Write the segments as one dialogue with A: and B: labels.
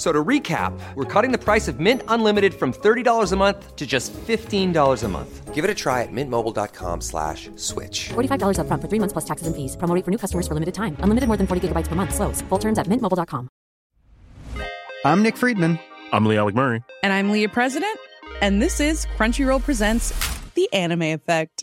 A: So to recap, we're cutting the price of Mint Unlimited from $30 a month to just $15 a month. Give it a try at mintmobile.com slash switch.
B: $45 up front for three months plus taxes and fees. Promo rate for new customers for limited time. Unlimited more than 40 gigabytes per month. Slows. Full terms at mintmobile.com.
C: I'm Nick Friedman.
D: I'm Lee Alec Murray.
E: And I'm Leah President, and this is Crunchyroll Presents The Anime Effect.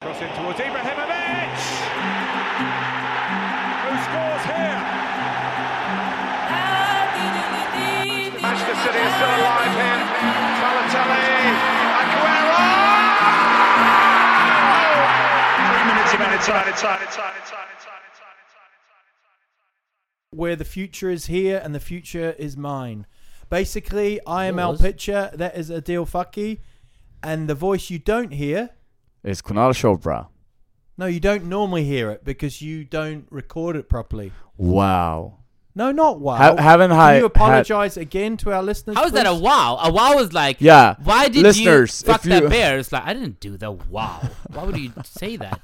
F: Cross in towards Ibrahimovic, who scores here. Manchester City is still alive here. Balotelli, Aguero. Three minutes of added time.
G: where the future is here and the future is mine. Basically, I am Al Pitcher, that is Adil Fucky, and the voice you don't hear,
H: It's Kunal Chopra.
G: no, you don't normally hear it because you don't record it properly.
H: Wow.
G: No, not wow.
H: Ha- haven't
G: Can
H: I
G: you
H: had-
G: apologize again to our listeners?
I: How is that a
G: please?
I: wow? A wow is like,
H: Yeah.
I: Why did
H: Listeners,
I: you fuck
H: if you-
I: that bear? It's like I didn't do the wow. Why would you say that?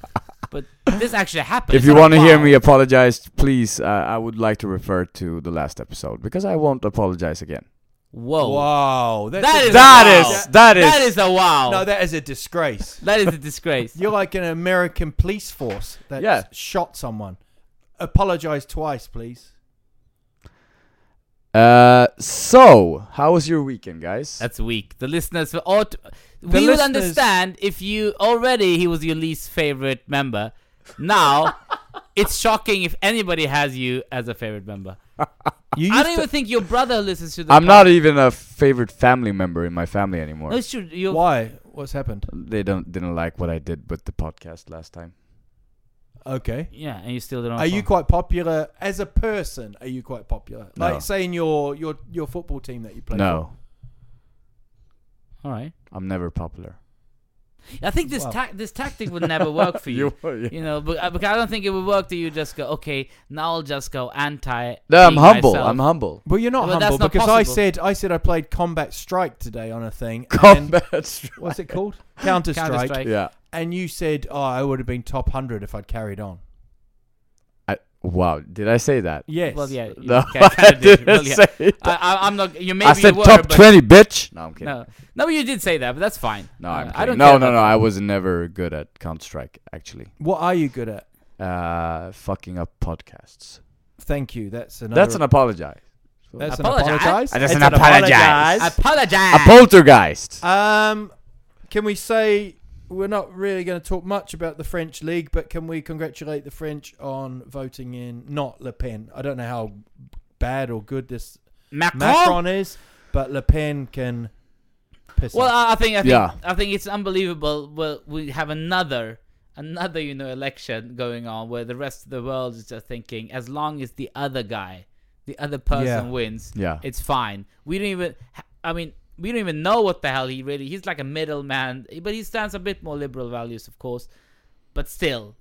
I: But this actually happened.
H: If
I: It's
H: you
I: not
H: want
I: a
H: to hear
I: wow.
H: me apologize, please, uh, I would like to refer to the last episode because I won't apologize again.
I: whoa,
G: Wow. That's
I: that
G: a-
I: is
H: That
I: a wow.
H: is- that is-
I: that is a wow.
G: No, that is a disgrace.
I: that is a disgrace.
G: You're like an American police force that
H: Yeah.
G: shot someone. Apologize twice, please.
H: Uh, so how was your weekend, guys?
I: That's weak. The listeners will ought. we would
G: listeners-
I: understand if you already he was your least favorite member. Now, it's shocking if anybody has you as a favorite member.
G: You
I: I
G: used
I: don't
G: to-
I: even think your brother listens to the.
H: I'm not
I: pod-
H: even a favorite family member in my family anymore.
I: No, it's true. You're,
G: Why? What's happened?
H: they don't didn't like what I did with the podcast last time.
G: Okay.
I: Yeah, and you still don't.
G: Are you quite popular as a person? Are you quite popular?
H: No.
G: Like say in your your your football team that you play.
H: No,
I: All right.
H: I'm never popular.
I: I think this
G: Wow.
I: tac this tactic would never work for you.
H: You- yeah.
I: You know, but, uh, because I don't think it would work that you just go, okay, now I'll just go anti.
H: No, I'm
I: being
H: humble.
I: myself."
H: I'm humble.
G: Well, you're not
I: Well, that's
G: humble
I: not
G: because I
I: possible.
G: said I said I played Combat Strike today on a thing. and-
H: Combat. strike.
G: what's it called? Counter Strike.
I: Counter-Strike.
H: Yeah.
G: And you said, "Oh, I would have been top hundred if I'd carried on."
H: I, wow. Did I say that?
G: Yes.
I: Well, yeah. you
H: No,
I: ca- kinda
H: I didn't
I: Well, yeah.
H: say that.
I: I, I, I'm not. You maybe
H: I said
I: you were,
H: top
I: but-
H: twenty, bitch. No, I'm kidding.
I: No, no, but you did say that, but that's fine.
H: No,
I: Uh,
H: I'm
I: I don't.
H: kidding. No,
I: care
H: no,
I: about
H: no.
I: that.
H: I was never good at Counter Strike. Actually,
G: What are you good at?
H: uh, fucking up podcasts.
G: Thank you. That's another.
H: That's an apologize.
I: Ah.
G: That's an
I: Apologize.
G: apologize.
H: I just
G: It's
H: an apologize.
I: I
H: A
I: apologize.
H: poltergeist.
G: Um, can we say we're not really going to talk much about the French league, but can we congratulate the French on voting in not Le Pen? I don't know how bad or good this
I: Macron.
G: Macron is, but Le Pen can piss
I: Well,
G: off.
I: I, I think. I think.
H: Yeah.
I: I think it's unbelievable. Well, we have another. Another, you know, election going on where the rest of the world is just thinking, as long as the other guy, the other person
G: Yeah.
I: wins,
H: Yeah.
I: it's fine. We don't even, ha- I mean, we don't even know what the hell he really. He's like a middleman, but he stands a bit more liberal values, of course. But still,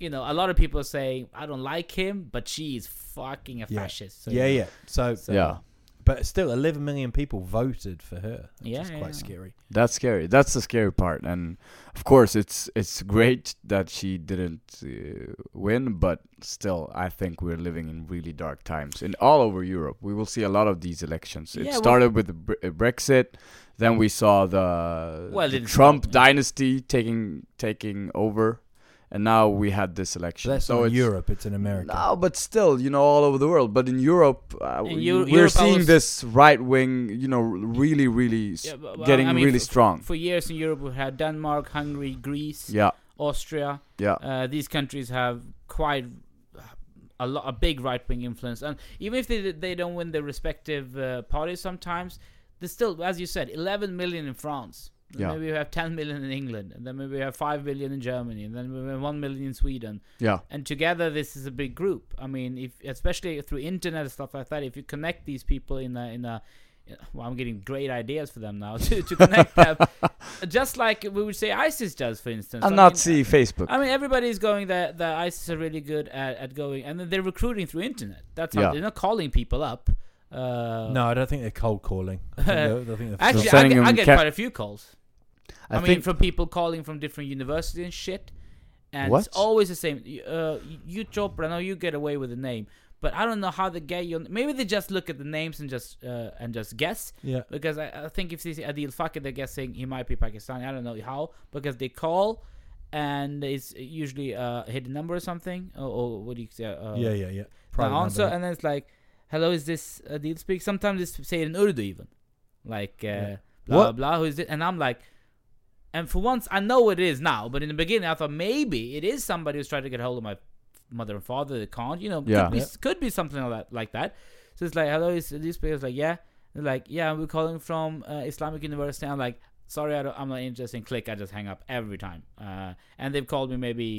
I: you know, a lot of people are saying I don't like him, but she is fucking a
G: yeah.
I: fascist. So,
G: yeah,
I: you know.
G: yeah. So,
H: yeah,
G: but still, 11 million people voted for her. Which
I: Yeah,
G: is
I: yeah,
G: quite
I: yeah.
G: scary.
H: that's scary. That's the scary part. And of course, it's it's great that she didn't uh, win, but still, I think we're living in really dark times in all over Europe. We will see a lot of these elections. It
I: Yeah, well-
H: started with the Bre- uh, Brexit. Then we saw the,
I: Well, it
H: the
I: didn't
H: Trump
I: start, yeah.
H: dynasty taking taking over, and now we had this election.
G: That's
H: so
G: not
H: it's,
G: Europe, it's in America.
H: No, but still, you know, all over the world. But in Europe, uh,
I: In Eu-
H: we're
I: Europe, I
H: seeing
I: was-
H: this right wing, you know, really, really s-
I: Yeah, but- but
H: getting
I: I mean,
H: really
I: for-
H: strong.
I: For years in Europe, we had Denmark, Hungary, Greece,
H: yeah,
I: Austria.
H: yeah,
I: Uh, these countries have quite a lot, a big right wing influence, and even if they they don't win their respective uh, parties, sometimes there's still, as you said, 11 million in France. And
H: Yeah.
I: Maybe we have 10 million in England, and then maybe we have 5 million in Germany, and then we have 1 million in Sweden.
H: yeah,
I: And together, this is a big group. I mean, if especially through internet and stuff like that, if you connect these people in a in a well, I'm getting great ideas for them now to, to connect them, just like we would say ISIS does, for instance.
H: and
I: I
H: not
I: mean,
H: see Facebook.
I: I mean, everybody's going that the ISIS are really good at, at going, and then they're recruiting through internet. That's how
H: Yeah.
I: they're not calling people up. Uh,
G: No, I don't think they're cold calling. I think they're, I think they're
I: actually, I,
H: Sending
I: get, I
H: them
I: get
H: cap-
I: quite a few calls. I, mean, from people calling from different universities and shit. And
H: What?
I: it's always the same. You- Uh, you Chopra, I know you get away with the name, but I don't know how they get your. Maybe they just look at the names and just uh, and just guess.
G: Yeah.
I: Because I, I think if they see Adil Fakir, they're guessing he might be Pakistani. I don't know how because they call, and it's usually a hidden number or something, or, or what do you say? Uh,
G: yeah, yeah, yeah.
I: the
G: Private
I: answer,
G: number.
I: and then it's like, "Hello, is this Adil speak?" Sometimes it's say it in Urdu even, like uh, blah
G: What?
I: blah. Who is it? And I'm like, and for once I know it is now, but in the beginning I thought maybe it is somebody who's trying to get hold of my mother and father. They can't, you know.
H: Yeah.
I: "Oh, Could be,
H: Yeah.
I: could be something like that. Like that. So it's like, "Hello, is Adil speak?" It's like, "Yeah." They're like, "Yeah, we're calling from uh, Islamic University." I'm like. Sorry, I don't, I'm not interested in click. I just hang up every time. Uh, and they've called me maybe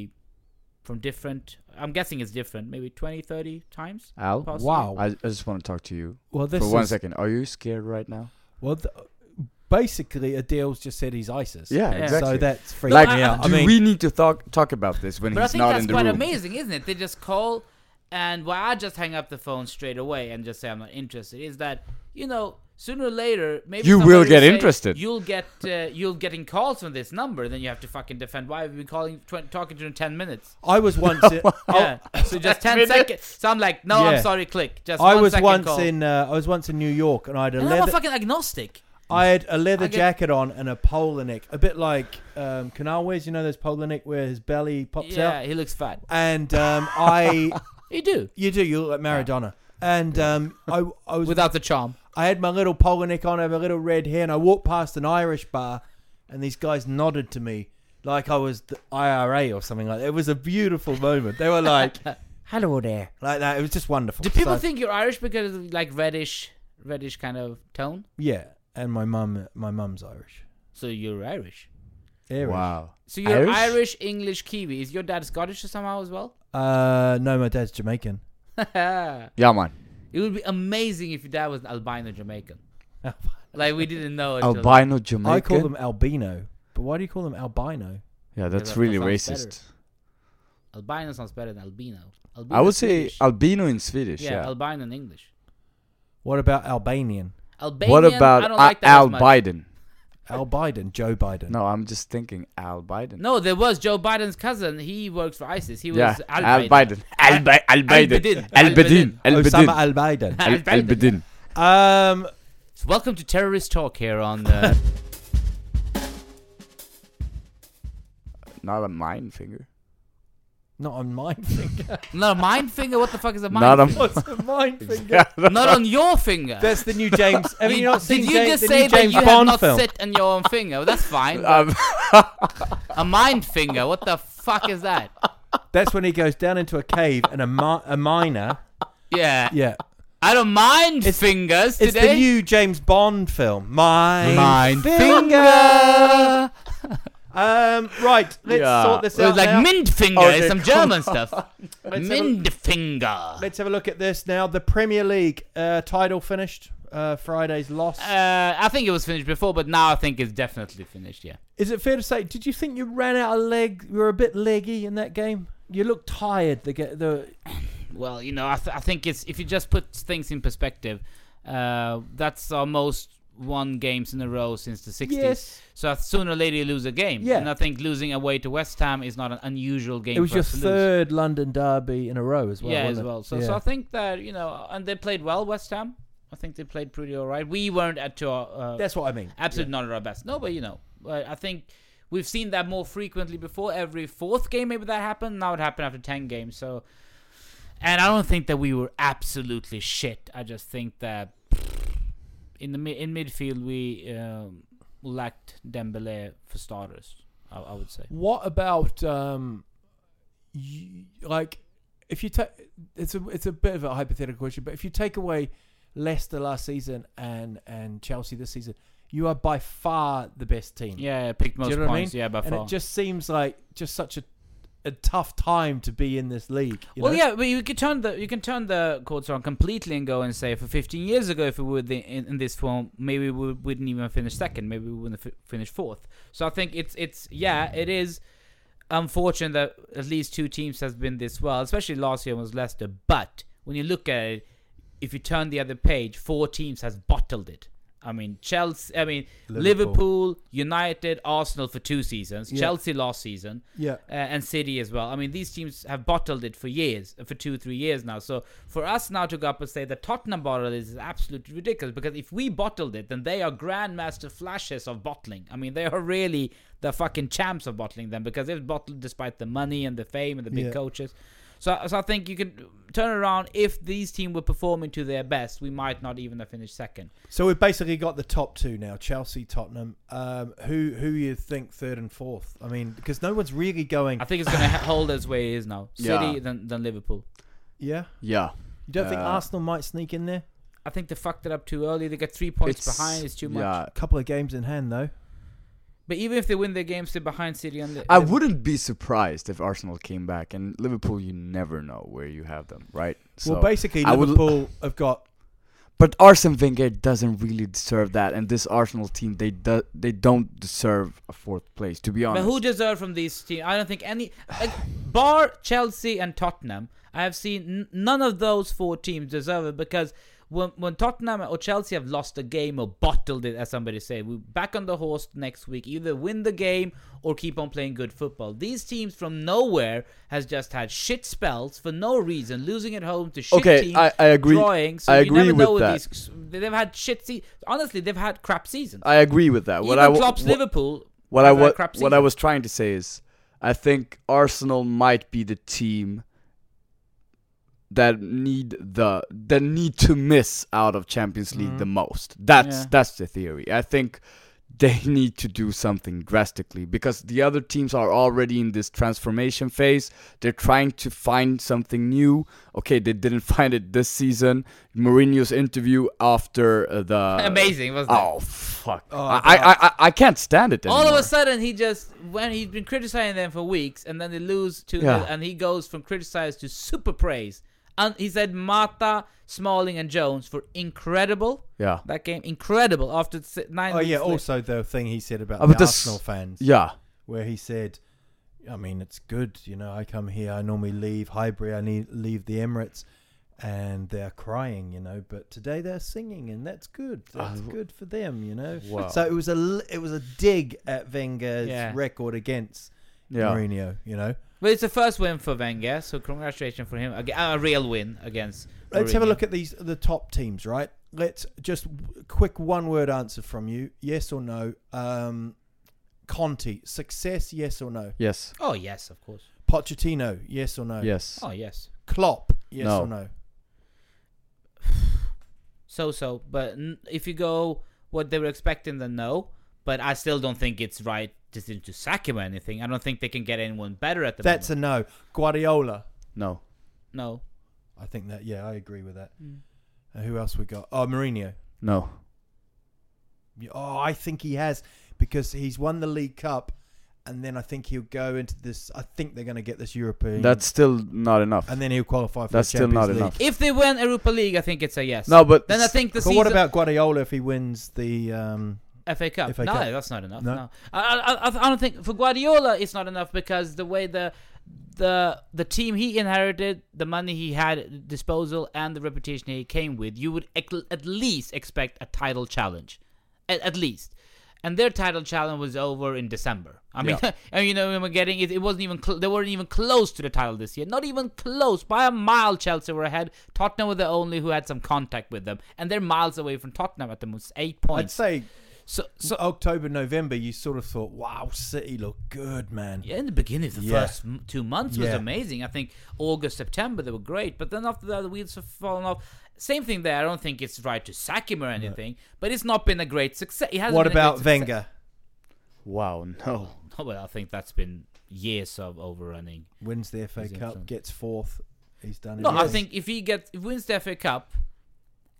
I: from different, I'm guessing it's different, maybe 20, 30 times.
H: Al,
I: Possibly.
G: Wow.
H: I, I just want to talk to you
G: well, this
H: for one
G: is-
H: second. Are you scared right now?
G: Well, th- basically, Adil's just said he's ISIS.
H: Yeah,
G: So
H: exactly.
G: that's freaking
H: Like,
I: I-
G: me out. I
H: do
G: mean,
H: we need to talk talk about this when
I: But I
H: he's
I: think
H: not
I: that's
H: in the
I: quite
H: room?
I: amazing, isn't it? They just call, and why I just hang up the phone straight away and just say I'm not interested is that you know sooner or later maybe
H: You will
I: somebody
H: get
I: say,
H: interested.
I: You'll get uh, you'll getting calls from this number, then you have to fucking defend why we've been calling tw- talking to you in ten minutes.
G: I was once. In,
H: Oh.
I: Yeah, so just ten seconds. So I'm like, no,
G: Yeah.
I: I'm sorry, click. Just
G: I
I: one
G: was
I: second
G: once
I: call.
G: in. Uh, I was once in New York, and I had a
I: And I'm a
G: leather.
I: fucking agnostic.
G: I had a leather
I: I get-
G: jacket on and a polar neck, a bit like um, Canalways. You know those polar neck where his belly pops
I: Yeah,
G: out.
I: he looks fat.
G: And um, I,
I: You do
G: you do. You look like Maradona. And um, I, I was
I: without the charm.
G: I had my little polo neck on, I had my little red hair, and I walked past an Irish bar, and these guys nodded to me like I was the IRA or something like that. It was a beautiful moment. They were like, hello there. Like that. It was just wonderful.
I: Do people
G: So-
I: think you're Irish because of like reddish, reddish kind of tone?
G: Yeah. And my mum, my mum's Irish.
I: So you're Irish.
G: Irish.
H: Wow.
I: So you're
H: Irish?
I: Irish? English, Kiwi. Is your dad Scottish somehow as well?
G: Uh, no, my dad's Jamaican.
I: it
H: Yeah, man.
I: would be amazing if your dad was an albino Jamaican. like we didn't know. until-
H: Albino Jamaican.
G: I call them albino. But why do you call them albino?
H: Yeah, that's
I: that
H: really racist.
I: sounds better. Albino sounds better than albino. albino
H: I would
I: is
H: say
I: Swedish.
H: albino in Swedish.
I: yeah,
H: Yeah.
I: albino in English.
G: What about Albanian?
I: Albanian.
H: what about
I: I
H: A-
I: don't like that
H: Al
I: as much.
H: Biden?
G: Al Biden, Joe Biden.
H: No, I'm just thinking Al Biden.
I: No, there was Joe Biden's cousin. He works for ISIS. He
H: yeah,
I: was
H: Al Biden. Al Biden. Al Biden.
I: Al-Bidin.
H: Al Bidin. Al
G: Osama
H: Bidin.
G: Al Biden.
H: Al Al Bidin.
G: Um,
I: So welcome to terrorist talk here on. Uh,
H: Not a mine finger.
G: not on my finger.
I: not a mind finger. What the fuck is a mind?
H: Not a.
I: finger?
G: What's a mind finger?
I: not on your finger.
G: That's the new James. Have you, not
I: did
G: seen
I: you
G: Ja-
I: just
G: the
I: say
G: new James
I: that you
G: Bond
I: have not
G: film?
I: sit on your own finger? That's fine.
H: Um,
I: a mind finger. What the fuck is that?
G: That's when he goes down into a cave and a, mi- a miner.
I: Yeah.
G: Yeah.
I: I don't mind fingers
G: It's
I: today.
G: the new James Bond film. My
I: Mind
G: finger. um, right. Let's
H: Yeah.
G: sort this
I: So
G: out.
I: it's like
G: now.
I: mint finger.
H: Okay,
I: it's some
H: come
I: German stuff.
G: Let's have a-
I: Mind finger.
G: Let's have a look at this now. The Premier League uh, title finished. Uh, Friday's loss.
I: Uh, I think it was finished before, but now I think it's definitely finished. Yeah.
G: Is it fair to say? Did you think you ran out of leg? You were a bit leggy in that game. You looked tired. The ge- the
I: Well, you know, I, th- I think it's if you just put things in perspective, uh, that's our most won games in a row since the 60s.
G: Yes.
I: So sooner or later you lose a game.
G: Yeah.
I: And I think losing away to West Ham is not an unusual game.
G: it was
I: for
G: your
I: us to lose.
G: third London derby in a row as well.
I: yeah,
G: wasn't
I: as
G: it?
I: well. So, so
G: Yeah.
I: I think that you know, and they played well. West Ham. I think they played pretty all right. We weren't at to our. Uh,
G: That's what I mean.
I: Absolutely not at our best. No, but you know, uh, I I think
E: We've seen that more frequently before. Every fourth game, maybe that happened. Now it happened after ten games. So, and I don't think that we were absolutely shit. I just think that in the mi- in midfield we um, lacked Dembele for starters. I, I would say.
G: What about um, you, like if you take it's a it's a bit of a hypothetical question, but if you take away Leicester last season and and Chelsea this season, you are by far the best team.
E: Yeah, yeah, picked
G: Do you
E: most
G: know what I
E: points,
G: mean?
E: yeah, by
G: and
E: far.
G: it just seems like just such a a tough time to be in this league. you
E: well,
G: know?
E: yeah, but you can turn the you can turn the courts on completely and go and say for 15 years ago, if we were the, in, in this form, maybe we wouldn't even finish second, maybe we wouldn't f- finish fourth. So I think it's it's yeah, it is unfortunate that at least two teams has been this well, especially last year was Leicester. But when you look at it, if you turn the other page, four teams has bottled it. I mean Chelsea, I mean Liverpool,
G: Liverpool.
E: United, Arsenal for two seasons,
G: Yeah.
E: Chelsea last season,
G: Yeah.
E: uh, and City as well. I mean, these teams have bottled it for years, uh, for two, three years now. So for us now to go up and say that Tottenham bottled it is absolutely ridiculous because if we bottled it, then they are grandmaster flashes of bottling. I mean, they are really the fucking champs of bottling them because they've bottled despite the money and the fame and the big
G: Yeah.
E: coaches. So, so I think you can turn around if these team were performing to their best, we might not even have finished second.
G: So we've basically got the top two now: Chelsea, Tottenham. Um, who who you think third and fourth? I mean, because no one's really going.
E: I think it's going to hold us where it is now. City
H: Yeah.
E: than, than Liverpool.
G: Yeah,
H: Yeah.
G: you don't think
H: Uh,
G: Arsenal might sneak in there?
E: I think they fucked it up too early. They got three points
H: It's-
E: behind. It's too much.
H: yeah.
G: A couple of games in hand though.
E: But even if they win their games, they're behind City and Li-
H: I
E: Liverpool.
H: wouldn't be surprised if Arsenal came back and Liverpool. You never know where you have them, right? So
G: well, basically,
H: I would-
G: Liverpool have got
H: But Arsene Wenger doesn't really deserve that, and this Arsenal team they do, they don't deserve a fourth place. To be
E: But
H: honest,
E: who deserved from these teams? I don't think any, like, bar Chelsea and Tottenham. I have seen n- none of those four teams deserve it because when when Tottenham or Chelsea have lost a game or bottled it, as somebody said, we're back on the horse next week. Either win the game or keep on playing good football. These teams from nowhere has just had shit spells for no reason, losing at home to shit
H: Okay,
E: teams.
H: I- I agree-
E: Drawing, so
H: I
E: you
H: agree
E: never know
H: with
E: with
H: that.
E: These, they've had shit. Se- Honestly, they've had crap seasons.
H: I agree with that. What
E: Even
H: I wa-
E: Klopp's
H: wha-
E: Liverpool.
H: What I
E: have had
H: was
E: a crap
H: what I
E: season.
H: was trying to say is, I think Arsenal might be the team that need the that need to miss out of Champions League
E: Mm.
H: the most. That's
E: Yeah.
H: that's the theory. I think they need to do something drastically because the other teams are already in this transformation phase. They're trying to find something new. Okay, they didn't find it this season. Mourinho's interview after uh, the
E: Amazing, wasn't it?
H: Oh fuck! I, I I I can't stand it.
E: All of
H: anymore.
E: a sudden, he just when he's been criticizing them for weeks, and then they lose to,
H: Yeah.
E: and he goes from criticized to super praise. And he said Mata, Smalling, and Jones for incredible.
H: Yeah.
E: that game incredible after s- nine.
G: Oh
E: weeks
G: yeah.
E: later.
G: Also, the thing he said about
H: Oh,
G: the
H: but this-
G: Arsenal fans,
H: Yeah.
G: where he said, "I mean, it's good, you know. I come here. I normally leave Highbury. I need leave the Emirates, and they're crying, you know. But today they're singing, and that's good. That's good for them, you know.
H: Wow.
G: So it was a l- it was a dig at Wenger's
E: Yeah.
G: record against
H: Yeah.
G: Mourinho, you know.
E: but it's the first win for Wenger, so congratulations for him. Aga- A real win against.
G: Let's have a
E: Mourinho.
G: look at these the top teams, right? Let's just w- quick one word answer from you: yes or no. Um, Conti success, yes or no.
H: Yes.
E: Oh yes, of course.
G: Pochettino, yes or no?
H: Yes.
E: Oh yes.
G: Klopp, yes
H: No.
G: or no?
E: so so. But n- if you go what they were expecting, then no. But I still don't think it's right decision to sack him or anything. I don't think they can get anyone better at the
G: That's a no. Guardiola.
H: No.
E: moment.
G: I think that yeah, I agree with that.
E: Mm.
G: Uh, who else we got? Oh, Mourinho.
H: No.
G: Yeah, Oh, I think he has because he's won the League Cup, and then I think he'll go into this. I think they're going to get this European.
H: That's still not enough.
G: and then he'll qualify for
H: That's
G: the
H: still
G: Champions
H: not
G: League.
H: enough.
E: no. If they win Europa League, I think it's a yes.
H: No, but
E: then I think the
G: But
E: season
G: what about Guardiola if he wins the? Um,
E: FA Cup?
G: FA
E: no,
G: Cup?
E: that's not enough. No,
G: No.
E: I, I, I- I don't think for Guardiola it's not enough because the way the the the team he inherited, the money he had at disposal, and the reputation he came with, you would ec- at least expect a title challenge, at, at least. And their title challenge was over in December. I mean,
H: Yeah.
E: and you know, we were getting it. It wasn't even cl- they weren't even close to the title this year. Not even close by a mile. Chelsea were ahead. Tottenham were the only who had some contact with them, and they're miles away from Tottenham at the most, eight points.
G: I'd say
I: So, so
G: October, November, you sort of thought, "Wow, City look good, man."
I: Yeah, in the beginning, the
G: Yeah.
I: first m- two months was
G: Yeah.
I: amazing. I think August, September, they were great. But then after that, the wheels have fallen off. Same thing there. I don't think it's right to sack him or anything, but it's not been a great success. It hasn't
G: What
I: been a great
G: about
I: success.
G: Wenger?
H: Wow, no.
I: Oh, well, I think that's been years of overrunning.
G: Wins the FA
I: Is it
G: Cup,
I: so?
G: gets fourth. He's done.
I: No,
G: it.
I: I think if he gets if he wins the FA Cup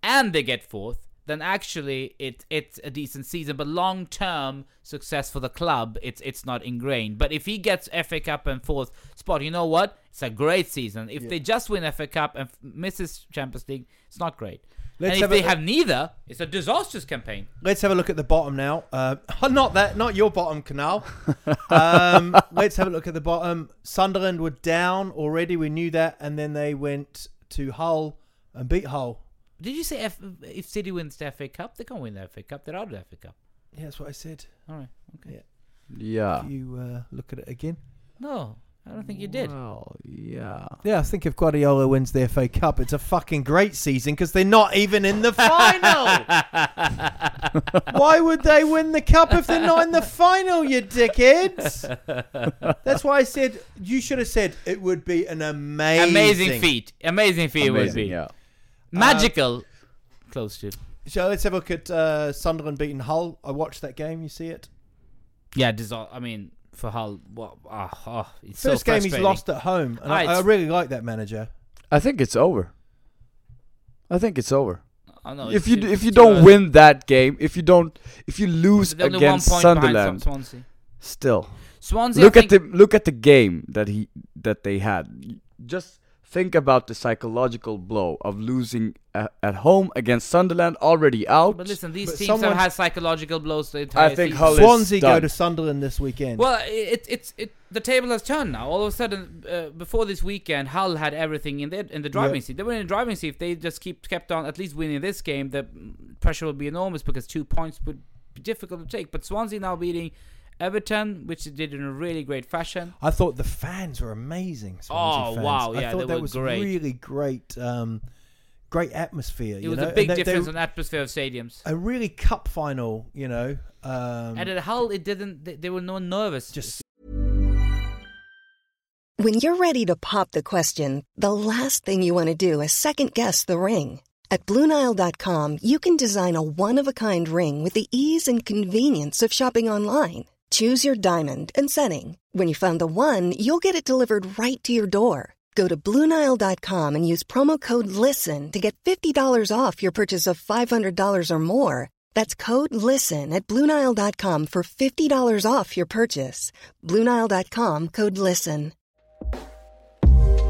I: and they get fourth, then actually it it's a decent season. But long term success for the club, it's it's not ingrained. But if he gets FA Cup and fourth spot, you know what? It's a great season. If they just win FA Cup and f- misses Champions League, it's not great.
G: Let's
I: and if
G: have
I: they
G: a-
I: have neither, it's a disastrous campaign.
G: Let's have a look at the bottom now. Uh, not that, not your bottom canal. Um, let's have a look at the bottom. Sunderland were down already. We knew that, and then they went to Hull and beat Hull.
I: Did you say F- if City wins the FA Cup, they can't win the FA Cup. They're out of the FA Cup.
G: Yeah, that's what I said.
I: All right. Okay.
H: Yeah.
G: You uh, look at it again.
I: No, I don't think you did.
H: Well, yeah.
G: Yeah, I think if Guardiola wins the FA Cup, it's a fucking great season because they're not even in the final. why would they win the cup if they're not in the final, you dickheads? That's why I said you should have said it would be an amazing,
I: Amazing feat. Amazing feat it would
H: Amazing,
I: be.
H: yeah.
I: Magical. Close to.
G: So let's have a look at uh, Sunderland beating Hull. I watched that game. You see it.
I: Yeah, dissolve. I mean, for Hull, what? ah, ah, it's
G: First
I: so
G: game he's
I: frustrating.
G: lost at home, and
I: Ah,
G: I, I
I: it's-
G: really like that manager.
H: I think it's over. I think it's over.
I: I know,
H: if
I: it's-
H: you d-
I: it's
H: if you
I: too
H: don't
I: early.
H: win that game, if you don't if you lose
I: They're only one
H: against
I: point behind
H: Sunderland,
I: Swansea.
H: still
I: Swansea, I
H: Look at the
I: think-
H: look at the game that he that they had. Y- Just think about the psychological blow of losing a, at home against Sunderland, already out.
I: But listen, these
H: But
I: teams
H: someone-
I: have had psychological blows the entire
H: think
I: season.
H: Hull is
G: Swansea go
H: done.
G: to Sunderland this weekend.
I: Well, i- it, it's it the table has turned now. All of a sudden, uh, before this weekend, Hull had everything in their in the driving
G: Yeah.
I: seat. They were in the driving seat. If they just keep kept on at least winning this game, the mm, pressure will be enormous because two points would be difficult to take. But Swansea now beating Everton, which they did in a really great fashion.
G: I thought the fans were amazing. Swansea
I: Oh,
G: fans.
I: wow, yeah,
G: I thought
I: they
G: that
I: were
G: was
I: great.
G: really great, um, great atmosphere.
I: It
G: you
I: was
G: know?
I: a big
G: And they- they-
I: difference on atmosphere of stadiums.
G: a really cup final, you know. Um,
I: and at Hull, it didn't. They, they were no nervous. Just
J: When you're ready to pop the question, the last thing you want to do is second guess the ring. At Bluenile.com, you can design a one of a kind ring with the ease and convenience of shopping online. Choose your diamond and setting. When you find the one, you'll get it delivered right to your door. Go to Bluenile.com and use promo code LISTEN to get $50 off your purchase of $500 or more. That's code LISTEN at Bluenile.com for $50 off your purchase. Bluenile.com code LISTEN.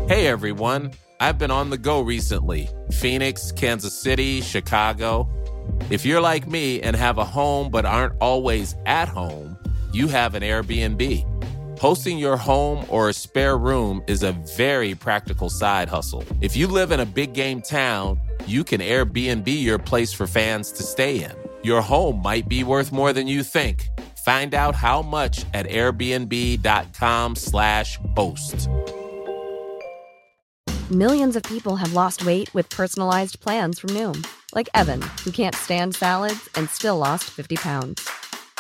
K: Hey everyone, I've been on the go recently Phoenix, Kansas City, Chicago. If you're like me and have a home but aren't always at home, you have an Airbnb. Hosting your home or a spare room is a very practical side hustle. If you live in a big game town, you can Airbnb your place for fans to stay in. Your home might be worth more than you think. Find out how much at airbnb.com/slash boast.
L: Millions of people have lost weight with personalized plans from Noom, like Evan, who can't stand salads and still lost 50 pounds.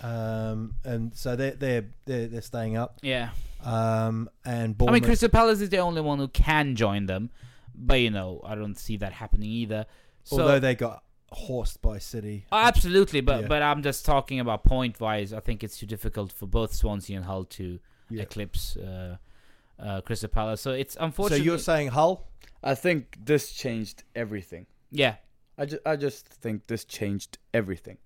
G: um, and so they're they're they're, they're staying up.
I: Yeah.
G: Um, and
I: I
G: Bournemouth.
I: mean, Crystal Palace is the only one who can join them, but you know, I don't see that happening either. So,
G: although they got horsed by City.
I: Oh, absolutely, but
G: Yeah.
I: but I'm just talking about point wise. I think it's too difficult for both Swansea and Hull to eclipse uh, uh, Crystal Palace. So it's unfortunate.
G: saying Hull?
H: I think this changed everything.
I: Yeah.
H: I just, I just think this changed everything.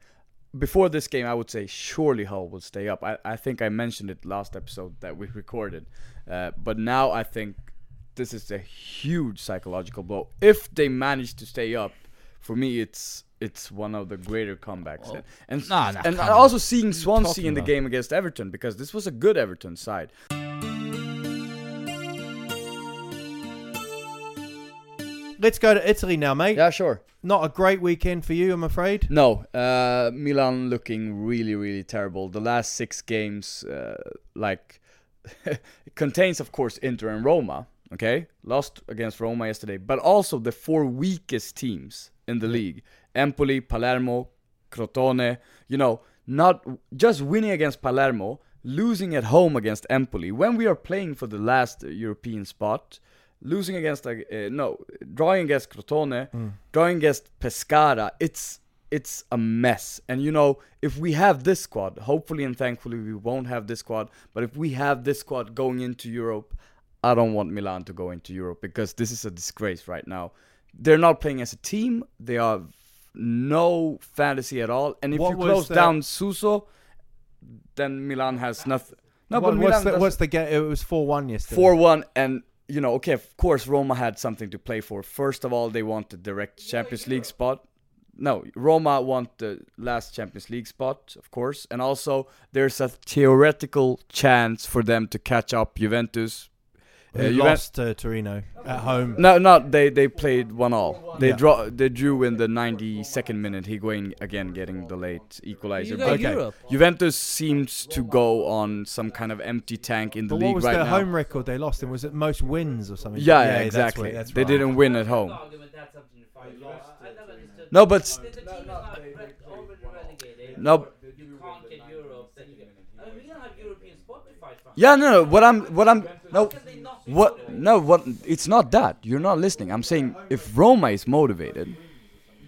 H: Before this game, I would say surely Hull will stay up. I, I think I mentioned it last episode that we recorded. Uh, but now I think this is a huge psychological blow. If they manage to stay up for me, it's it's one of the greater comebacks.
I: Well,
H: and
I: nah, nah,
H: and
I: come
H: also
I: on. What are
H: seeing
I: you
H: Swansea
I: talking
H: in the
I: about?
H: game against Everton because this was a good Everton side.
G: Let's go to Italy now, mate.
H: Yeah, sure.
G: Not a great weekend for you, I'm afraid.
H: No, uh, Milan looking really, really terrible. The last six games, uh, like, it contains, of course, Inter and Roma. Okay, lost against Roma yesterday, but also the four weakest teams in the league: Empoli, Palermo, Crotone. You know, not just winning against Palermo, losing at home against Empoli. When we are playing for the last European spot, losing against uh, uh, no drawing against Crotone,
M: Mm.
H: drawing against Pescara. It's it's a mess. And you know, if we have this squad, hopefully and thankfully we won't have this squad, but if we have this squad going into Europe, I don't want Milan to go into Europe because this is a disgrace right now. They're not playing as a team. They are no fantasy at all. And if
N: What
H: you
N: was
H: close
N: the-
H: down Suso, then Milan has nothing. No, but
G: What- what's
H: Milan
G: the,
H: doesn't-
G: what's the game? It was four one yesterday.
H: Four one, and you know, okay, of course, Roma had something to play for. First of all, they want the direct Champions League spot. No, Roma want the last Champions League spot, of course, and also there's a theoretical chance for them to catch up Juventus.
G: Who
H: Juven-
G: lost to Torino at home.
H: no, no, they they played one all. They
G: Yeah.
H: draw. They drew in the 92nd minute. Higuain again getting the late equalizer.
I: You got Europe.
H: Juventus seems to go on some kind of empty tank in the
G: But
H: league
G: what was
H: right
G: their
H: now.
G: home record they lost in? Was it most wins or something?
H: Yeah, yeah,
G: that's
H: exactly.
G: what- that's
H: they
G: right.
H: didn't win at home. No, but s- no. Yeah, no, no. What I'm, what I'm, no, what, no, what? It's not that. You're not listening. I'm saying if Roma is motivated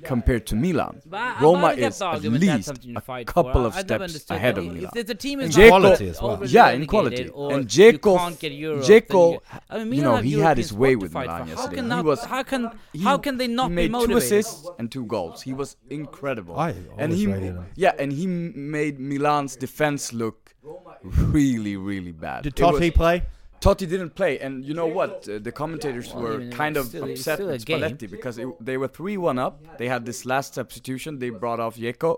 H: compared to Milan,
I: But I- I
H: Roma
I: always get
H: is
I: the
H: at
I: argument that's
H: least
I: something to
H: a
I: fight for.
H: couple of
I: I- I never
H: steps
I: understood
H: ahead
I: that.
H: of Milan.
I: If there's a team
H: And
I: is not
H: Dzeko-
I: quality as well.
H: Yeah, in
I: overrelegated
H: quality.
I: or
H: And
I: you
H: Dzeko,
I: can't get Europe,
H: Dzeko,
I: then you- I mean,
H: you
I: Milan
H: know,
I: have
H: he had
I: European
H: his way
I: spot to
H: with
I: fight
H: Milan
I: for. How
H: yesterday.
I: can
H: He
I: not-
H: was-
I: how can- how can they not
H: he
I: be
H: made two
I: motivated?
H: assists and two goals. He was incredible.
G: I
H: and
G: always
H: he,
G: rated him.
H: yeah, and he m- made Milan's defense look really, really bad.
G: Did
H: It was-
G: Totti play?
H: Totti didn't play, and you know what? Uh, the commentators
I: Well,
H: were
I: even if
H: kind
I: it's
H: of
I: still- it's
H: upset
I: still a
H: with
I: game.
H: Spalletti because it, they were three-one up. They had this last substitution. They brought off Yeko,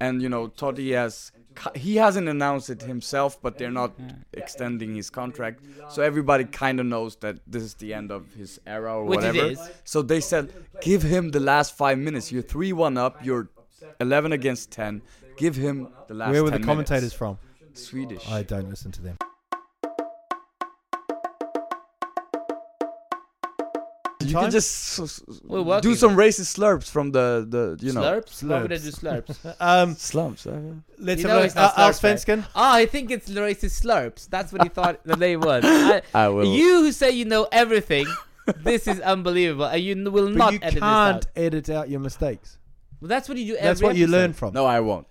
H: and you know Totti has ki- he hasn't announced it himself, but they're not extending his contract, so everybody kind of knows that this is the end of his era or
I: Which it
H: whatever.
I: is.
H: So they said, give him the last five minutes. You're three-one up. You're eleven against ten. Give him the last.
G: Where were the
H: 10 minutes.
G: commentators from?
H: Swedish.
G: I don't listen to them.
H: You
G: Time?
H: can just s- s-
I: We're
H: do
I: working.
H: some racist slurps from the, the you know
I: Slurps? Why would I do Slurps. slurps?
G: um,
H: slurps. uh, yeah.
G: Let's
I: You
G: have
I: know
G: a
I: it's
G: look.
I: not
G: Uh, Al
I: slurps, right?
G: Svensson?
I: Oh, I think it's racist slurps. That's what he thought the name was. I,
H: I will-
I: You who say you know everything, this is unbelievable, and you n- will
G: But
I: not
G: you
I: edit this
G: can't
I: out.
G: edit out your mistakes.
I: Well, that's what you do. Every
G: That's what you
I: episode.
G: learn from.
H: No, I won't.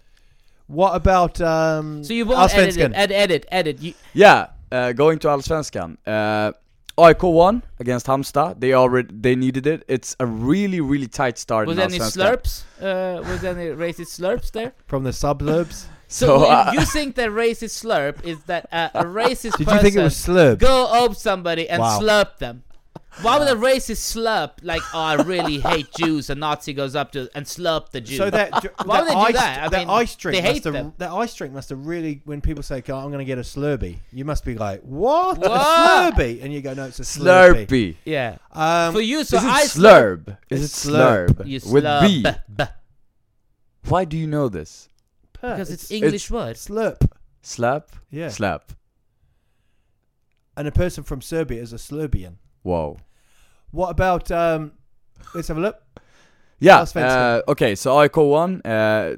G: What about um?
I: So you won't edit it.
G: Allsvenskan?
I: Ed, edit, edit. You,
H: Yeah, uh, going to Allsvenskan. Uh, AIK won against Hamsta. They already they needed it. It's a really really tight start.
I: was
H: in
I: there any
H: Allsvenskan.
I: slurps? Uh, was there any racist slurps there?
G: from the suburbs?
I: So,
H: So, uh,
I: if you think that racist slurp is that uh, a racist
G: Did
I: person
G: you think it was slurp?
I: go up somebody and
G: Wow.
I: slurp them? Why would a racist slurp like oh, I really hate Jews? A Nazi goes up to and slurp the Jew.
G: So that
I: why
G: that
I: would they
G: ice,
I: do that? I mean,
G: ice drink
I: they hate
G: must
I: them.
G: have, that ice drink must have really when people say "Oh, I'm going to get a Slurpee, you must be like what, a
I: What?
G: Slurpee, and you go no it's a Slurpee.
H: Slurpee.
I: Yeah.
G: Um,
I: For you, so
H: Is it
I: I
H: slurb? Is it
G: It's slurp.
H: slurb?
I: You
H: With
I: slurp.
H: B.
I: B.
H: Why do you know this?
I: because it's, English word.
G: Slurp.
H: Slap.
G: Yeah.
H: Slap.
G: And a person from Serbia is a Serbian.
H: Whoa.
G: What about um? Let's have a look.
H: Yeah.
G: Allsvenskan.
H: Uh, okay. So AIK won. Uh,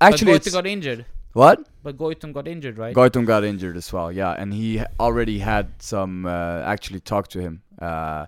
H: actually,
I: but Goitom
H: it's-
I: got injured.
H: What?
I: But Goitom got injured, right?
H: Goitom got injured as well, yeah, and he already had some. Uh, actually, talked to him uh,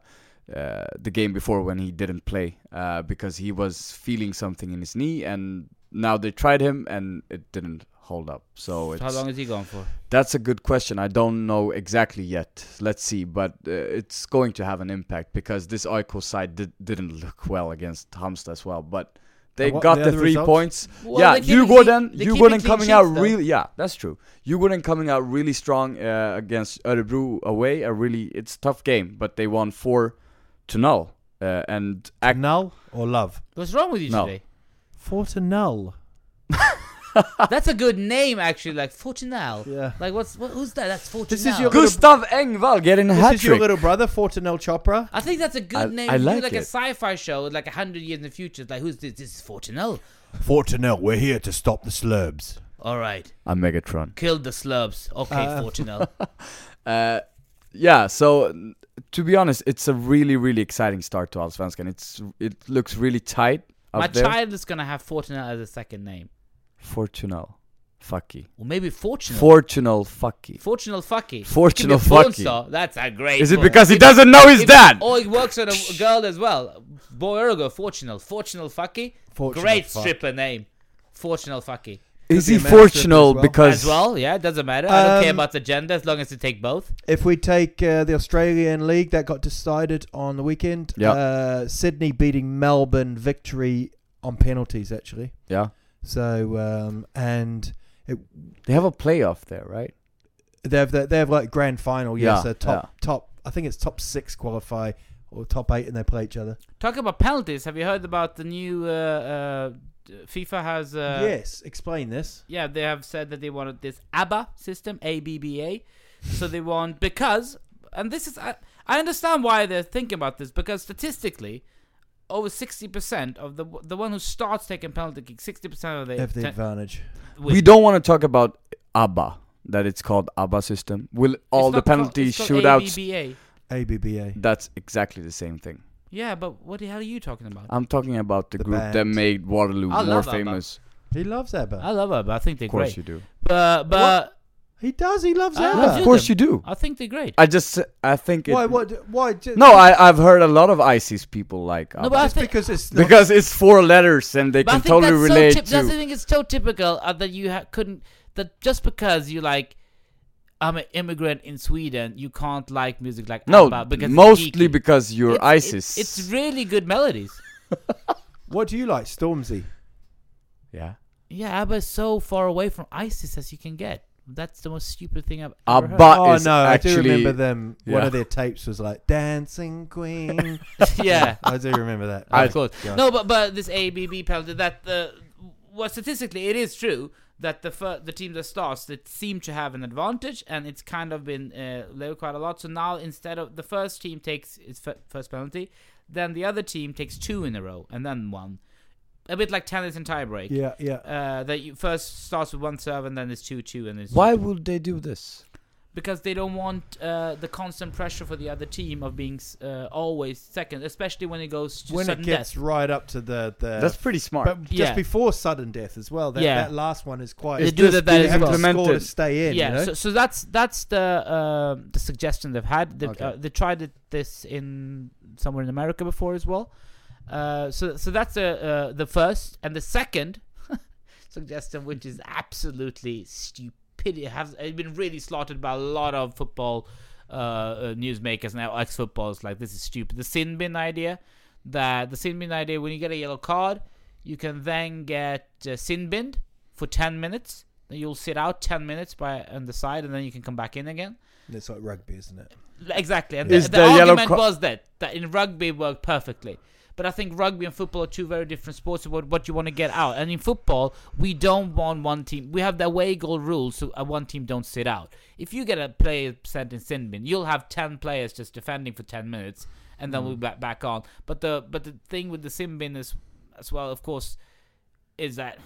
H: uh, the game before when he didn't play uh, because he was feeling something in his knee, and now they tried him and it didn't hold up. So it's,
I: How long is he gone for?
H: That's a good question. I don't know exactly yet. Let's see, but uh, it's going to have an impact because this Oiko side did, didn't look well against Hamsta as well, but. They
N: And what
H: got
N: were
H: the,
N: the other
H: three
N: results?
H: points.
N: Well,
H: yeah,
N: they keep-
H: you Gordon,
N: they
H: you
N: keep
H: Gordon
N: clean
H: coming out
N: sheets, though.
H: really. Yeah, that's true. You wouldn't coming out really strong uh, against Örebro away. A really, it's a tough game, but they won four to null. Uh, and act-
G: null or love.
I: What's wrong with you
H: No.
I: today?
G: Four to null.
I: That's a good name, actually. Like Fortunel. Yeah. Like what's what, who's that? That's Fortunel.
G: This is your
H: Gustav Engvall getting a
G: This
H: hat
G: is your
H: trick.
G: little brother, Fortunel Chopra.
I: I think that's a good
G: I-
I: name.
G: I
I: You do,
G: like
I: like
G: it.
I: a sci-fi show, like hundred years in the future. It's Like who's this? This is Fortunel.
G: Fortunel, we're here to stop the slurbs.
I: All right,
H: I'm Megatron.
I: killed the slubs. Okay,
H: Uh.
I: Fortunel.
H: Uh, yeah, so n- to be honest, it's a really, really exciting start to Allsvenskan. It's it looks really tight up
I: My
H: there.
I: child is gonna have Fortunel as a second name,
H: Fortunal, fucky.
I: or maybe Fortunel.
H: Fortunal, fucky.
I: Fortunal fucky.
H: Fortunal
I: It could be a porn
H: fucky.
I: star. That's a great.
H: Is it
I: porn.
H: because he
I: If-
H: doesn't know his
I: if-
H: dad?
I: Oh, it works on a girl as well. Boy or girl, Fortunal. Fortunal fucky.
H: Fortunal
I: great
H: fuck.
I: stripper name. Fortunal fucky.
H: Is he fortunal because
I: As well, yeah, it doesn't matter. I don't care
G: Um,
I: about the gender as long as you take both.
G: If we take uh, the Australian League, that got decided on the weekend.
H: Yeah.
G: Uh, Sydney beating Melbourne victory on penalties, actually.
H: Yeah.
G: So, um, and it,
H: they have a playoff there, right?
G: They have the, they have like grand final, yeah.
H: Yeah,
G: so top top, I think it's top six qualify or top eight, and they play each other.
I: Talk about penalties. Have you heard about the new uh, uh, FIFA has? Uh,
G: yes, explain this.
I: Yeah, they have said that they wanted this ABBA system, A B B A. So they want because, and this is I, I understand why they're thinking about this because statistically, over sixty percent of the the one who starts taking penalty kicks, sixty percent of the
G: Have the
I: te-
G: advantage.
I: Wait.
H: We don't want to talk about ABBA. That it's called ABBA system. Will all the
I: not called-
H: penalty
I: it's called
H: shootouts?
I: ABBA.
G: ABBA.
H: That's exactly the same thing.
I: Yeah, but what the hell are you talking about?
H: I'm talking about the, group that
I: band.
H: made Waterloo
I: I
H: more
I: love ABBA.
H: famous.
G: He loves ABBA.
I: I love ABBA. I think they're
H: Of course
I: great.
H: you do.
I: But but
G: he does. He loves
I: I
G: ABBA.
I: love
H: Of course you do.
I: I think they're great.
H: I just, I think. It,
G: Why? What? Why? ju-
H: No, I, I've heard a lot of ISIS people like. ABBA.
I: but I Just think-
G: because it's
H: because it's four letters and they
I: But I
H: can
I: think
H: totally
I: that's
H: relate
I: So typ- that's the
H: to.
I: thing. It's so typical uh, that you ha- couldn't. That just because you like, I'm an immigrant in Sweden, you can't like music like
H: No,
I: ABBA because it's
H: mostly
I: geeky.
H: because you're
I: It's-
H: ISIS.
I: It's, it's really good melodies.
G: What do you like, Stormzy?
H: Yeah.
I: Yeah, ABBA is so far away from ISIS as you can get. That's the most stupid thing I've ever heard.
H: ABBA
G: oh
H: is
G: no, I do
H: actually-
G: remember them. One
H: Yeah.
G: of their tapes was like "Dancing Queen."
I: Yeah.
G: I do remember that.
I: Of
G: Right,
I: course.
G: go on.
I: No, but but this ABB penalty that the well statistically it is true that the fir- the team that starts that seem to have an advantage and it's kind of been uh, low quite a lot. So now instead of the first team takes its fir- first penalty, then the other team takes two in a row and then one. A bit like tennis and tiebreak.
G: Yeah, yeah.
I: Uh, that you first starts with one serve and then it's two two and it's
H: Why would they do this?
I: because they don't want uh, the constant pressure for the other team of being s- uh, always second, especially when it goes to
G: when it
I: sudden
G: gets
I: death.
G: right up to the, the
H: That's pretty smart.
G: But just
I: Yeah.
G: before sudden death as well. That,
I: Yeah.
G: that last one is quite.
I: They do that- that
G: you
I: as
G: have
I: well.
G: to score to
H: Implemented.
G: stay in.
I: Yeah,
G: you know?
I: so, so that's that's the uh, the suggestion they've had. They've,
H: Okay.
I: uh, they tried it, this in somewhere in America before as well. Uh, so so that's the uh, the first and the second suggestion, which is absolutely stupid. It has it's been really slaughtered by a lot of football uh, uh, newsmakers now, ex footballers. Like this is stupid. The sin bin idea, that the sin bin idea. When you get a yellow card, you can then get uh, sin binned for ten minutes. Then You'll sit out ten minutes by on the side, and then you can come back in again.
G: It's like rugby, isn't it?
I: Exactly. And
G: Is
I: the, the
G: the yellow
I: argument
G: ca-
I: was that that in rugby it worked perfectly. But I think rugby and football are two very different sports. What what you want to get out, and in football we don't want one team. We have the away goal rule, so uh, one team don't sit out. If you get a player sent in sin bin, you'll have ten players just defending for ten minutes, and
G: Mm.
I: then we'll be back, back on. But the but the thing with the sin bin is, as well, of course, is that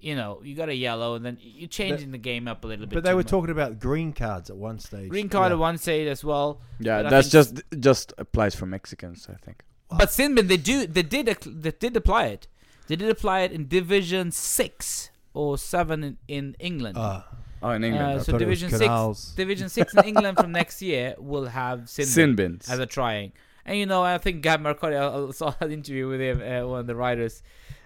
I: you know you got a yellow, and then you're changing the game up a little bit.
G: But they
I: too
G: were
I: much.
G: talking about green cards at one stage.
I: Green card
G: Yeah.
I: at one side as well.
H: Yeah,
I: But I
H: that's
I: think-
H: just just applies for Mexicans, I think.
I: But Sinbin, they do, they did, ac- they did apply it. They did apply it in Division Six or Seven in, in England.
H: Ah. Oh, in England, I
I: Uh, so
H: thought it was
I: Division
H: canals.
I: Six, Division Six in England from next year will have sin,
H: Sin
I: bin
H: bins.
I: as a trying. And you know, I think Gab Marcotti, I I saw an interview with him, uh, one of the writers,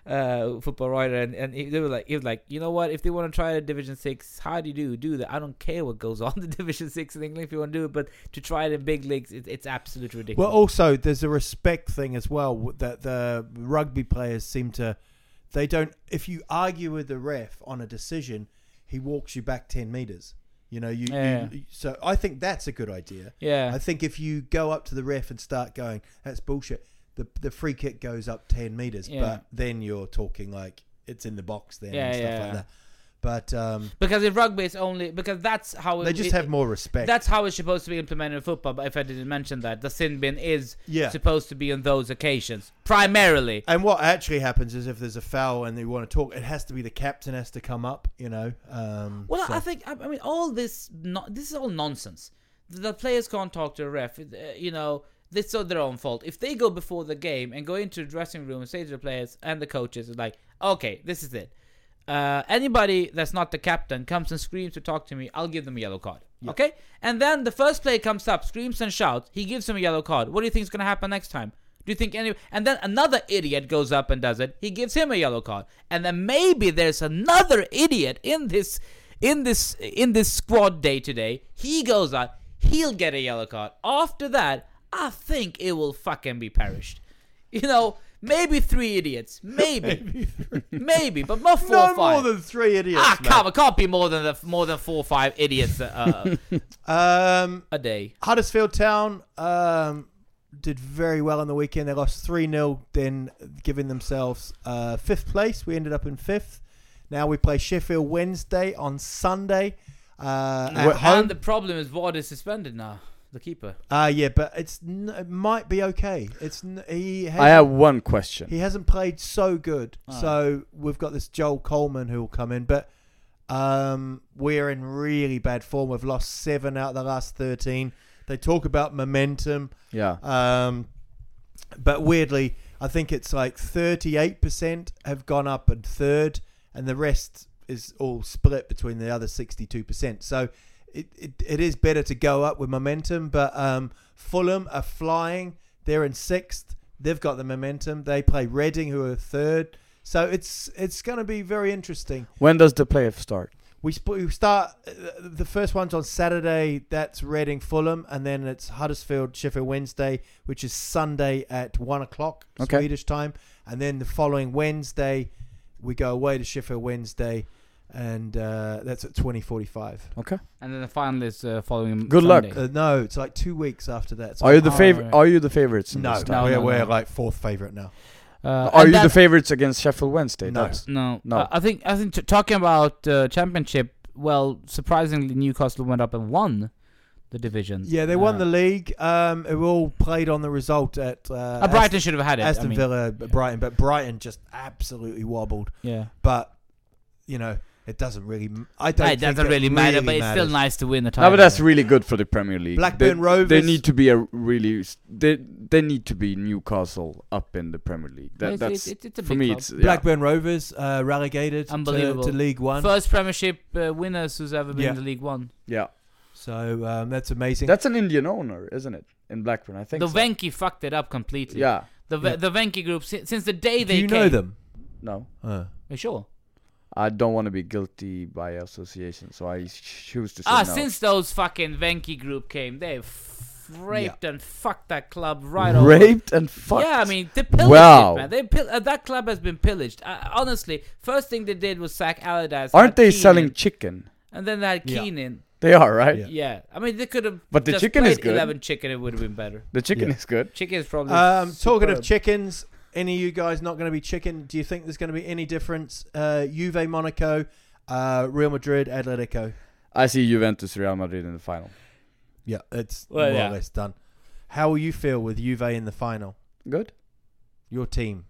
I: uh, football writer, and, and he, they were like, he was like, you know what? If they want to try the Division Six, how do you do do that? I don't care what goes on in Division Six in England if you want to do it, but to try it in big leagues, it, it's absolutely ridiculous.
G: Well, also there's a respect thing as well w- that the rugby players seem to. They don't. If you argue with the ref on a decision, he walks you back ten meters. You know, you,
I: Yeah.
G: you so I think that's a good idea.
I: Yeah.
G: I think if you go up to the ref and start going, that's bullshit. The the free kick goes up ten meters,
I: Yeah.
G: but then you're talking like it's in the box then
I: Yeah,
G: and stuff
I: yeah.
G: like that. But um,
I: Because if rugby is only because that's how it,
G: They just
I: it-
G: have more respect.
I: That's how it's supposed to be implemented in football. But if I didn't mention that, the sin bin is
G: Yeah.
I: supposed to be on those occasions primarily.
G: And what actually happens is if there's a foul and they want to talk, it has to be the captain has to come up. You know. Um,
I: Well,
G: so-
I: I think I I mean all this. No, this is all nonsense. The players can't talk to a ref. uh, You know, it's all their own fault. If they go before the game and go into the dressing room and say to the players and the coaches, like, "Okay, this is it. Uh, anybody that's not the captain comes and screams to talk to me, I'll give them a yellow card." Okay, and then the first player comes up, screams and shouts. He gives him a yellow card. What do you think is going to happen next time? Do you think any? And then another idiot goes up and does it. He gives him a yellow card, and then maybe there's another idiot in this, in this, in this squad day today. He goes out. He'll get a yellow card. After that, I think it will fucking be perished. You know, maybe three idiots, maybe, maybe, but not four
G: No
I: or five.
G: more than three idiots.
I: Ah,
G: mate.
I: come, it can't be more than the, more than four or five idiots uh,
G: um,
I: a day.
G: Huddersfield Town um, did very well on the weekend. They lost 3 0, then giving themselves uh, fifth place. We ended up in fifth. Now we play Sheffield Wednesday on Sunday. Uh, at
I: and,
G: home.
I: and the problem is Ward is suspended now, the keeper.
G: Uh, yeah, but it's n- it might be okay. It's n- he. Hasn't,
H: I have one question.
G: He hasn't played so good,
I: Ah.
H: Oh.
G: so we've got this Joel Coleman who will come in, but um, we're in really bad form. We've lost seven out of the last thirteen. They talk about momentum.
H: Yeah.
G: Um, but weirdly, I think it's like thirty-eight percent have gone up and third, and the rest is all split between the other sixty-two percent. So it, it, it is better to go up with momentum, but um, Fulham are flying. They're in sixth. They've got the momentum. They play Reading, who are third. So it's it's going to be very interesting.
H: When does the playoff start?
G: We, sp- we start uh, the first one's on Saturday. That's Reading Fulham, and then it's Huddersfield Sheffield Wednesday, which is Sunday at one o'clock
H: Okay.
G: Swedish time, and then the following Wednesday we go away to Sheffield Wednesday, and uh, that's at twenty forty five.
H: Okay.
I: And then the final is uh, following.
H: Good luck.
I: Sunday. uh,
G: Uh, no, it's like two weeks after that.
H: Are you the
G: Oh,
H: favor-
G: right.
H: Are you the favorites? in
G: No,
H: this
G: no,
H: time?
G: we're, we're like fourth favorite now.
H: are
I: Uh, and
H: you the
I: that-
H: favorites against Sheffield Wednesday? That's-
I: No,
H: no.
I: I- I think I think t- talking about uh, championship. Well, surprisingly, Newcastle went up and won the division.
G: Yeah, they won the league. Um, it all played on the result at. Uh,
I: Uh, Brighton should have had it, I
G: Aston
I: mean.
G: Villa, but Brighton, but Brighton just absolutely wobbled.
I: Yeah.
G: but you know it doesn't really. m- I don't.
I: It doesn't
G: think it
I: really matter, but it's still
G: matters.
I: nice to win the
H: No,
I: title.
H: but that's really good for the Premier League.
G: Blackburn
H: they, They
G: Rovers-
H: need to be a really. s- They they need to be Newcastle up in the Premier League. That,
I: It's-
H: that's
I: it's- it's a
H: for
I: big
H: me.
I: club.
H: It's yeah.
G: Blackburn Rovers uh, relegated to,
I: unbelievable
G: to League One.
I: First Premiership uh, winners who's ever been
G: Yeah.
I: in the League One.
H: yeah.
G: So um, that's amazing.
H: That's an Indian owner, isn't it? In Blackburn, I think.
I: The
H: so.
I: Venki fucked it up completely.
H: Yeah.
I: The Ve- the Venki group si- since the day they
G: Do you know
I: came-
G: them?
H: No.
G: Uh.
I: Are you sure?
H: I don't want to be guilty by association, so I ch- choose to say
I: Ah,
H: no.
I: since those fucking Venki group came, they f- raped and fucked that club right off.
H: Raped and fucked.
I: Yeah, I mean they pillaged
H: Wow.
I: it, man. They pill- uh, that club has been pillaged. Uh, honestly, first thing they did was sack Allardyce.
H: Aren't
I: had
H: they
I: Keane
H: selling
I: in,
H: chicken?
I: And then they had
H: Yeah.
I: Keenan.
H: They are, right?
I: Yeah. I mean they could have.
H: But the
I: just
H: chicken is
I: played
H: good.
I: Eleven chicken, it would have been better.
H: The chicken
I: Yeah.
H: is good.
I: Chicken is probably.
G: Um, talking
I: superb.
G: of chickens, any of you guys not going to be chicken? Do you think there's going to be any difference? Uh, Juve, Monaco, uh, Real Madrid, Atletico.
H: I see Juventus, Real Madrid in the final.
G: Yeah, it's
H: Well,
G: more
H: yeah.
G: or less done. How will you feel with Juve in the final?
H: Good.
G: Your team.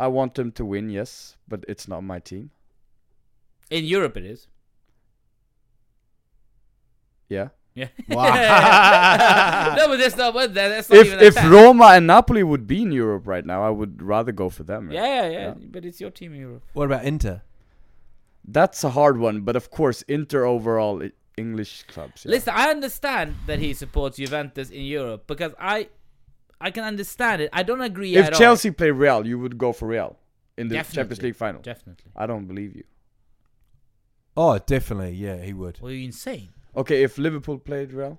H: I want them to win, yes, but it's not my team.
I: in Europe, it is.
H: Yeah.
I: Yeah.
H: Wow.
I: no, but that's not what that, that's not
H: If
I: even a
H: if
I: fact.
H: Roma and Napoli would be in Europe right now, I would rather go for them. right?
I: Yeah, yeah, yeah, But it's your team in Europe.
G: What about Inter?
H: That's a hard one, but of course, Inter overall i- English clubs. Yeah.
I: Listen, I understand that he supports Juventus in Europe because I, I can understand it. I don't agree
H: If
I: at
H: Chelsea play Real, you would go for Real in the Champions
I: Definitely,
H: League final.
I: definitely.
H: I don't believe you.
G: Oh, definitely. Yeah, he would.
I: all. Well, you're insane.
H: Okay, if Liverpool played Real,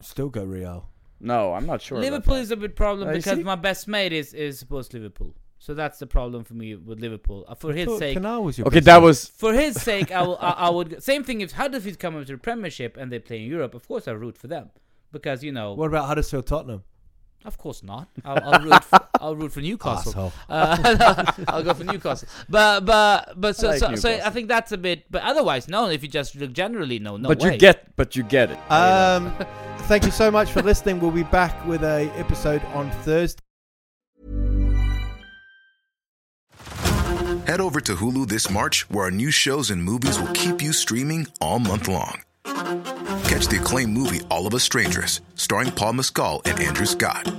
G: Still go Real.
H: no, I'm not sure. about
I: Liverpool
H: that.
I: is a big problem
H: Uh, you
I: because
H: see?
I: my best mate is is supports Liverpool.
H: So that's the problem for me with Liverpool. Uh, For
O: I
H: his
O: thought
H: sake,
O: Canal was your
P: Okay, best that player. was-
H: for his sake. I will. I, I would. Same thing. If Huddersfield come into the Premiership and they play in Europe, of course I root for them because you know.
O: What about Huddersfield Tottenham?
H: Of course not. I'll, I'll root. For, I'll root for Newcastle.
O: Asshole.
H: Uh, I'll go for Newcastle. But but but so
P: I like
H: so, so I
P: Newcastle.
H: think that's a bit. But otherwise, no. If you just look generally, no, no
P: but
H: way.
P: you get, but you get it.
G: Um, thank you so much for listening. We'll be back with a episode on Thursday.
C: Head over to Hulu this March, where our new shows and movies will keep you streaming all month long. Catch the acclaimed movie All of Us Strangers, starring Paul Mescal and Andrew Scott.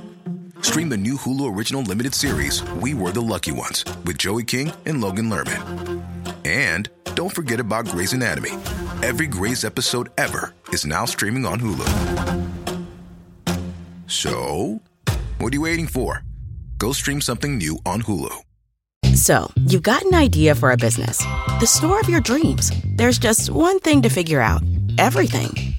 C: Stream the new Hulu original limited series We Were the Lucky Ones with Joey King and Logan Lerman. And don't forget about Grey's Anatomy. Every Grey's episode ever is now streaming on Hulu. So, what are you waiting for? Go stream something new on Hulu.
E: So, you've got an idea for a business, the store of your dreams. There's just one thing to figure out everything.